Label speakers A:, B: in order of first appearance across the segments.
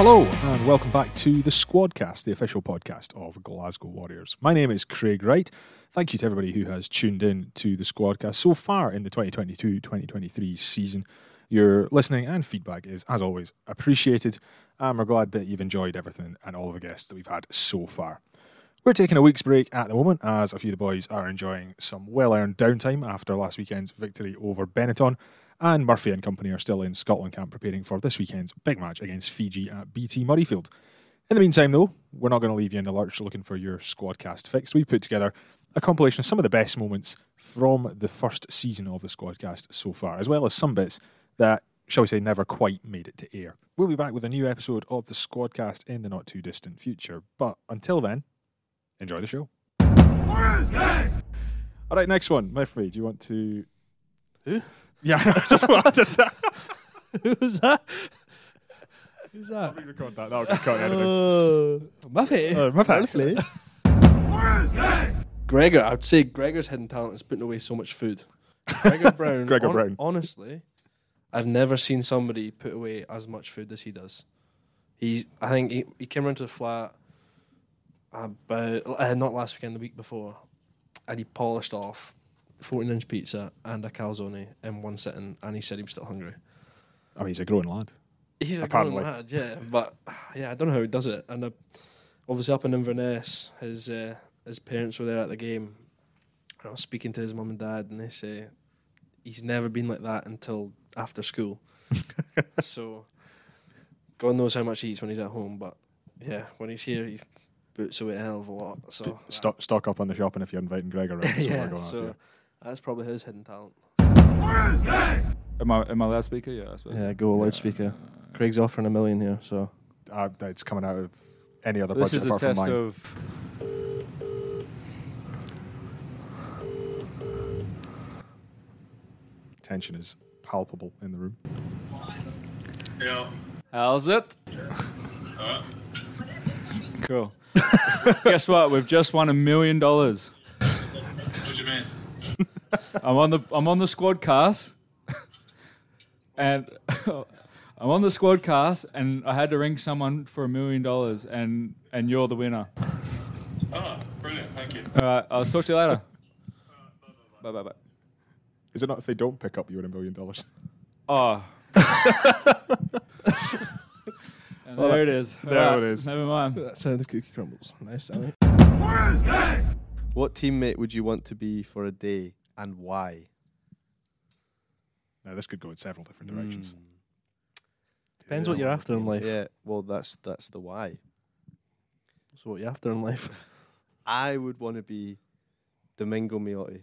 A: Hello, and welcome back to the Squadcast, the official podcast of Glasgow Warriors. My name is Craig Wright. Thank you to everybody who has tuned in to the Squadcast so far in the 2022 2023 season. Your listening and feedback is, as always, appreciated, and we're glad that you've enjoyed everything and all of the guests that we've had so far. We're taking a week's break at the moment as a few of the boys are enjoying some well earned downtime after last weekend's victory over Benetton. And Murphy and company are still in Scotland camp preparing for this weekend's big match against Fiji at BT Murrayfield. In the meantime, though, we're not going to leave you in the lurch looking for your squadcast fix. We've put together a compilation of some of the best moments from the first season of the squadcast so far, as well as some bits that, shall we say, never quite made it to air. We'll be back with a new episode of the squadcast in the not too distant future. But until then, enjoy the show. All right, next one. Murphy, do you want to?
B: Who?
A: Yeah, I know, I don't know why I did that.
B: Who was that? Who's that?
A: I'll record that. That'll get cut anyway.
B: Oh, Muffy.
A: Uh, Muffy.
B: Gregor, I'd say Gregor's hidden talent is putting away so much food. Gregor Brown.
A: Gregor Brown.
B: Honestly, I've never seen somebody put away as much food as he does. He's. I think he, he came round to the flat about uh, not last weekend, the week before, and he polished off. 14 inch pizza and a calzone in one sitting, and he said he was still hungry.
A: I mean, he's a growing lad.
B: He's a
A: Apparently.
B: grown lad, yeah. But yeah, I don't know how he does it. And uh, obviously, up in Inverness, his uh, his parents were there at the game. And I was speaking to his mum and dad, and they say he's never been like that until after school. so, God knows how much he eats when he's at home. But yeah, when he's here, he boots away a hell of a lot. So uh,
A: Stock, stock up on the shopping if you're inviting Gregor around. That's what we're
B: Oh, yeah,
A: going after.
B: so that's probably his hidden talent.
C: Am I am I loudspeaker? Yeah, that's better.
B: Yeah, go loudspeaker. Craig's offering a million here, so
A: Uh, it's coming out of any other
C: This
A: budget
C: is a
A: apart from
C: test
A: mine.
C: of.
A: Tension is palpable in the room.
D: Yeah.
C: How's it? cool. Guess what? We've just won a million dollars.
D: What do you mean?
C: I'm on the I'm on the squad cast, and I'm on the squad cast, and I had to ring someone for a million dollars, and and you're the winner.
D: Oh, brilliant. Thank you.
C: All right, I'll talk to you later. Bye bye bye.
A: Is it not if they don't pick up you in a million dollars?
C: Oh. And there it is. All
A: there it is.
C: Never mind.
B: that's how the cookie crumbles. Nice, Sammy.
E: What teammate would you want to be for a day and why?
A: Now, this could go in several
E: Hmm.
A: different directions.
B: Hmm. Depends what you're after in life.
E: Yeah, well, that's that's the why.
B: So what you're after in life?
E: I would want to be Domingo Miotti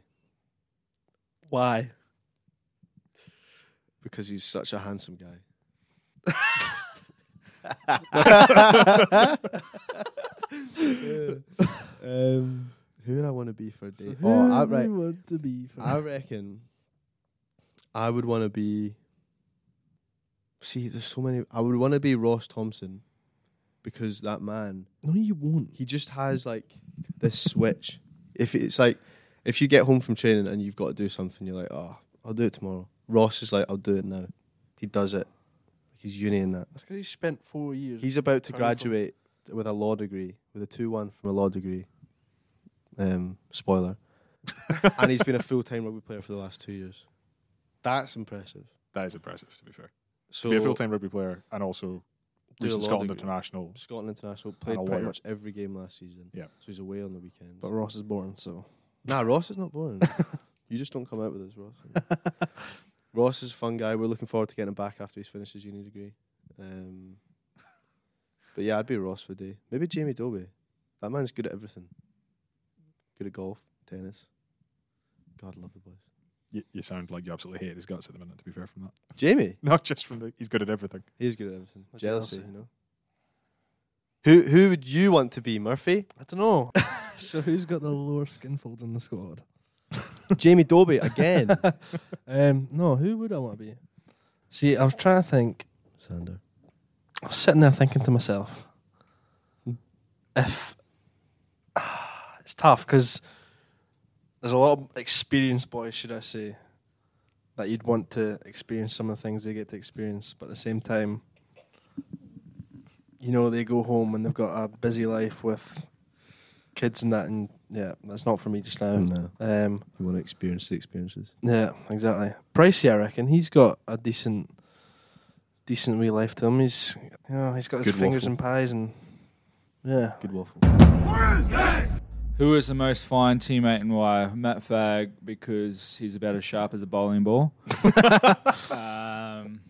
B: Why?
E: because he's such a handsome guy. um, who would I want to be for a day? oh, I, right.
B: want to be?
E: I reckon I would want to be. See, there's so many. I would want to be Ross Thompson because that man
B: no, you won't.
E: he just has like this switch. If it's like, if you get home from training and you've got to do something, you're like, oh, I'll do it tomorrow. Ross is like, I'll do it now. He does it. He's uni in that.
B: That's because he spent four years.
E: He's about to
B: Turning from-
E: graduate with a law degree, with a two-one from a law degree. Um, spoiler. and he's been a full-time rugby player for the last two years. That's impressive.
A: That is impressive, to be fair.
E: So
A: be a full time rugby player and also
E: Do a
A: recent
E: law
A: Scotland
E: degree.
A: international.
E: Scotland international played
A: a
E: pretty
A: lawyer.
E: much every game last season.
A: Yeah.
E: So he's away on the weekends.
B: but Ross is born, so
E: Nah, Ross is not boring. you just don't come out with us, Ross. Ross is a fun guy. We're looking forward to getting him back after he's finished his uni degree. Um, but yeah, I'd be Ross for the day. Maybe Jamie Doby. That man's good at everything. Good at golf, tennis. God, I love the boys.
A: You, you sound like you absolutely hate his guts at the minute, to be fair, from that.
E: Jamie,
A: Not just from the. He's good at everything.
E: he's good at everything.
B: What
E: Jealousy,
B: jealousy.
E: you know. Who who would you want to be, Murphy?
B: I don't know. so who's got the lower skin folds in the squad?
E: Jamie Doby again.
B: Um, no, who would I want to be? See, I was trying to think.
E: Sander.
B: I was sitting there thinking to myself, if it's tough because there's a lot of experienced boys, should I say, that you'd want to experience some of the things they get to experience, but at the same time, you you know they go home and they've got a busy life with kids and that, and yeah, that's not for me just now.
E: No,
B: Um,
E: you want to experience the experiences.
B: yeah, exactly. Pricey, I reckon. He's got a decent, decent wee life to him. He's, you know, he's got his
E: Good
B: fingers
E: waffle.
B: in pies and yeah.
E: Good waffle.
C: Who is the most fine teammate and why? Matt Fag, because he's about as sharp as a bowling ball. um,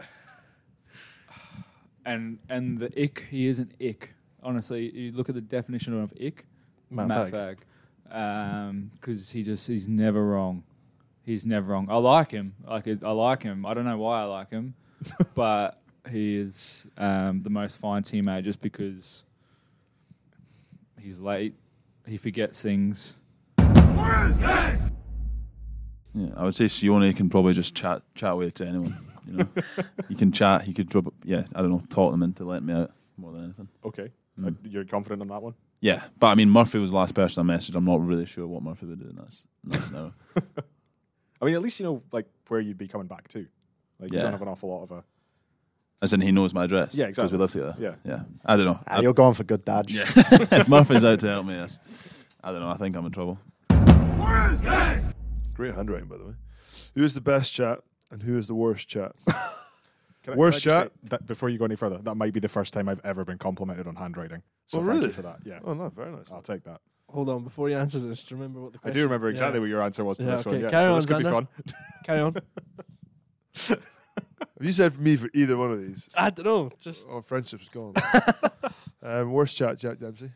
C: and and the ick, he is an ick. Honestly, you look at the definition of ick,
B: Matt Fag.
C: Fag. Because he just, he's never wrong. He's never wrong. I like him. Like I I like him. I don't know why I like him, but he is um, the most fine teammate just because he's late. He forgets things.
F: Yeah, I would say Sione can probably just chat chat away to anyone. You know, he can chat. He could rub. Yeah, I don't know, talk them into letting me out more than anything.
A: Okay.
F: Mm.
A: Uh, You're confident on that one?
F: Yeah, but I mean, Murphy was the last person I messaged. I'm not really sure what Murphy would do in that, s- in that scenario.
A: I mean, at least you know like where you'd be coming back to. Like you
F: Yeah.
A: don't have an awful lot of a.
F: As in, he knows my address.
A: Yeah,
F: Because
A: exactly.
F: we live together.
A: Yeah.
F: Yeah, I don't know.
G: Ah,
F: I-
G: you're going for good, Dad.
F: yeah, if Murphy's out to help me, yes. I don't know. I think I'm in trouble.
H: Great handwriting, by the way. Who is the best chat and who is the worst chat?
A: Can
H: Worst
A: can
H: shot.
A: just say that before you go any further, that might be the first time I've ever been complimented on handwriting. So
H: Oh,
A: thank
H: really?
A: you for that. Yeah,
H: oh no, very nice.
A: I'll take that.
B: Hold on, before he answers this, do you remember what the
A: I
B: question?
A: do remember exactly
B: Yeah.
A: what your answer was to
B: Yeah,
A: this one.
B: okay.
A: Yeah,
B: Carry
A: so
B: on,
A: this could be
B: Xander.
A: fun.
B: Carry on.
H: Have you said for me for either one of these?
B: I don't know. Just
H: Our friendship's gone. um, worst chat, Jack Dempsey.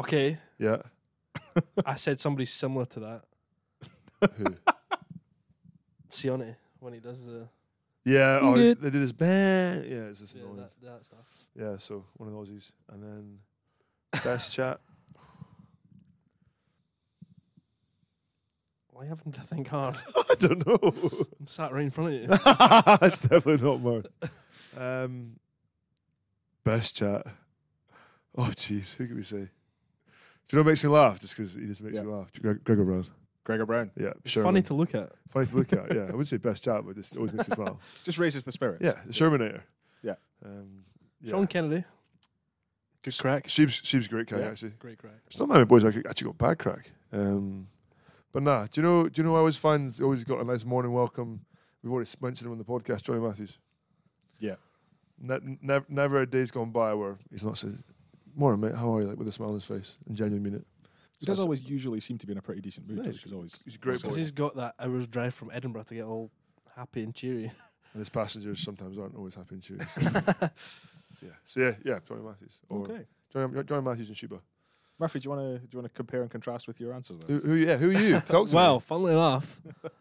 B: okay.
H: Yeah.
B: I said somebody similar to that.
H: Who?
B: Sione when he does the
H: Yeah. Oh, they
B: Good.
H: do this. Bang. Yeah, it's just
B: yeah,
H: annoying.
B: that, that stuff.
H: Yeah, so one of those is, and then best chat.
B: Why haven't I think hard?
H: I don't know.
B: I'm sat right in front of you.
H: That's definitely not mine. Um, best chat. Oh, jeez, who can we say? Do you know what makes me laugh? Just because he just makes
A: Yeah.
H: me laugh. Gre- Gregor Brown.
A: Gregor Brown
H: Yeah,
B: It's
H: Sherman.
B: funny to look at.
H: funny to look at. Yeah, I wouldn't say best chat, but this always makes me smile.
A: just raises the spirits.
H: Yeah, the Shermanator.
A: Yeah.
H: Um, yeah.
B: Sean Kennedy. Good crack.
H: Sheeb's, Sheeb's a great guy,
A: Yeah.
H: actually.
B: Great crack.
H: It's not many boys actually, actually got bad crack. Um, but nah, do you know? Do you know? I always find always got a nice morning welcome. We've already mentioned him on the podcast, Johnny Matthews.
A: Yeah.
H: Ne- never, never a day's gone by where he's not said, "Morning, mate. How are you?" Like with a smile on his face and genuine mean it.
A: He
H: So
A: does
H: that's-
A: always usually seem to be in a pretty decent mood,
H: Yeah,
A: which
H: he's-
A: is always
H: He's a great
B: Because
H: boy,
B: he's got that hour's drive from Edinburgh to get all happy and cheery.
H: and his passengers sometimes aren't always happy and cheery. So, so yeah, so yeah, yeah, Johnny Matthews. Or
A: okay.
H: Johnny, Johnny Matthews and Shuba.
A: Murphy, do you want to do you want to compare and contrast with your answers? Then?
H: Who, who, yeah, who are you? Talk to me.
B: well, funnily enough,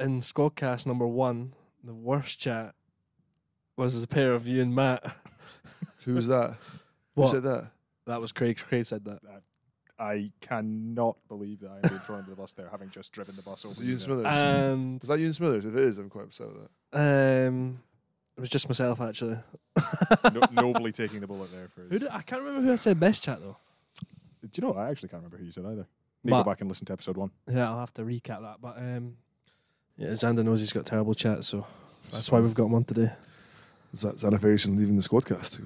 B: in Squadcast number one, the worst chat was the pair of you and Matt.
H: who was that? Who
B: What?
H: said that?
B: That was Craig. Craig said that.
A: I cannot believe that I'm being thrown under the bus there, having just driven the bus over.
H: Was it Ewan
A: there.
H: Smithers?
B: And
H: Is that Ewan Smithers? If it is, I'm quite upset with that.
B: um, it was just myself actually.
A: No, nobly taking the bullet there for.
B: Who
A: His.
B: did, I can't remember who I said best chat though.
A: Do you know? what? I actually can't remember who you said either. Need to go
B: Matt.
A: back and listen to episode one.
B: Yeah, I'll have to recap that. But um, yeah, Xander knows he's got terrible chat, so that's why we've got him on today.
H: Is that Zanna Ferguson leaving the squadcast?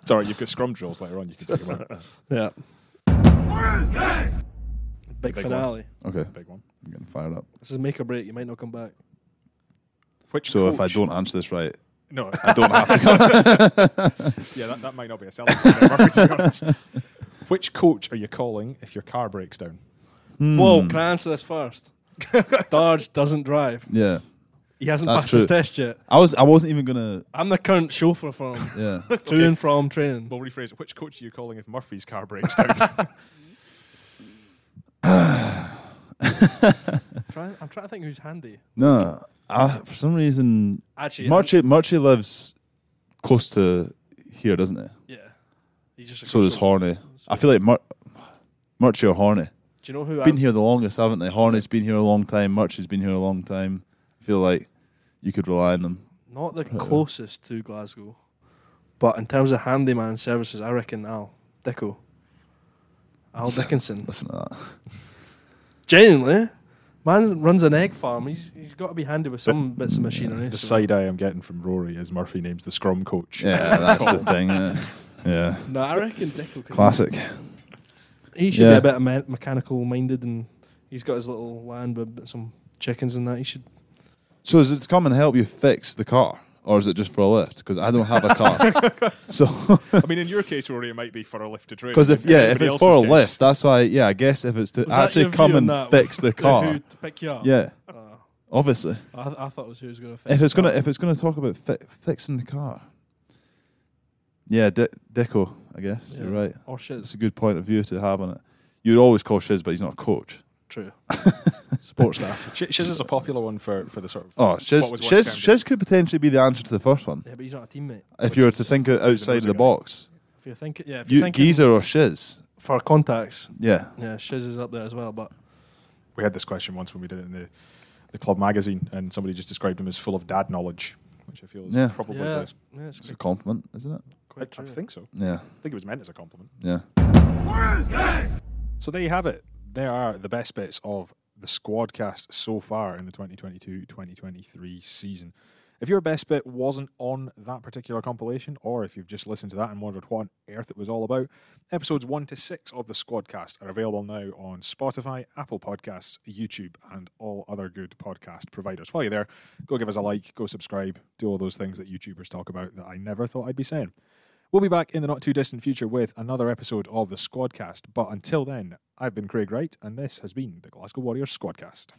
A: It's all right. You've got scrum drills later on. You can take about
B: Yeah. Big,
A: Big
B: finale.
F: Okay,
A: a big one.
F: I'm getting fired up.
B: This is make or break. You might not come back.
A: Which
F: So if I
A: coach-
F: don't answer this right,
A: no,
F: I don't have to come.
A: yeah, that, that might not be a selling point there, Murphy, to be honest. Which coach are you calling if your car breaks down?
F: Hmm.
B: Whoa! Can I answer this first? Dodge doesn't drive.
F: Yeah,
B: He hasn't
F: That's
B: passed his
F: true.
B: test yet.
F: I was. I wasn't even gonna.
B: I'm the current chauffeur for him
F: Yeah.
B: to and from training.
A: We'll rephrase it. Which coach are you calling if Murphy's car breaks down?
B: Try, I'm trying to think who's handy.
F: No, I, for some reason,
B: Actually,
F: Murchie Murchie lives close to here, doesn't it?
B: yeah. He just
F: So does Horney. I feel like Mur- Murchie or Horney.
B: Do you know who?
F: Been
B: I'm,
F: here the longest, haven't they? Horney's been here a long time. Murchie's been here a long time. I feel like you could rely on them.
B: Not the closest to Glasgow, but in terms of handyman services, I reckon Al Dicko, Al Dickinson.
F: Listen to that.
B: Genuinely, Man runs an egg farm. He's he's got to be handy with some bits of machinery.
A: The
B: so-
A: side eye I'm getting from Rory is Murphy names the scrum coach.
F: Yeah, that's the thing. Yeah, yeah.
B: No, I reckon Dicko. could-
F: classic.
B: He should
F: Yeah.
B: be a bit me- mechanical minded, and he's got his little land with some chickens and that. He should.
F: So is it to come and help you fix the car, or is it just for a lift? Because I don't have a car. so
A: I mean, in your case, Rory, it might be for a lift to train.
F: because if
A: In
F: yeah, if
A: everybody
F: it's for a
A: else's case-
F: lift, that's why. Yeah, I guess if it's to
B: Was that
F: actually
B: your
F: come
B: view
F: and
B: on that?
F: fix the car.
B: Who to pick you up?
F: Yeah,
B: Oh,
F: obviously.
B: I, th- I thought it was who was going to.
F: If it's gonna if it's gonna talk about fi- fixing the car. Yeah, De- Deco. I guess you're
B: Yeah.
F: right.
B: or Oh, shit,
F: It's a good point of view to have on it. You'd always call Shiz, but he's not a coach.
B: true.
F: Support staff.
A: Sh- Shiz is a popular one for, for the sort of.
F: Oh, Shiz,
A: What was West
F: Shiz,
A: Ham?
F: Shiz could potentially be the answer to the first one.
B: Yeah, but he's not a teammate.
F: If you were to think o- outside of
A: another
F: the
A: guy.
F: box,
B: If you're thinking, yeah, if you're
F: you,
B: thinking
F: Geezer or Shiz,
B: for contacts,
F: yeah.
B: yeah, Shiz is up there as well. But
A: We had this question once when we did it in the, the club magazine, and somebody just described him as full of dad knowledge, which I feel is
F: Yeah.
A: probably
B: yeah,
A: the
B: yeah, it's
F: It's a
B: quite,
F: compliment, isn't it?
B: quite
A: I,
B: true.
A: I think so.
F: Yeah,
A: I think it was meant as a compliment.
F: yeah.
A: So there you have it. There are the best bits of the squadcast so far in the 2022-2023 season. If your best bit wasn't on that particular compilation, or if you've just listened to that and wondered what on earth it was all about, episodes one to six of the Squadcast are available now on Spotify, Apple Podcasts, YouTube, and all other good podcast providers. While you're there, go give us a like, go subscribe, do all those things that YouTubers talk about that I never thought I'd be saying. We'll be back in the not too distant future with another episode of the Squadcast. But until then, I've been Craig Wright, and this has been the Glasgow Warriors Squadcast.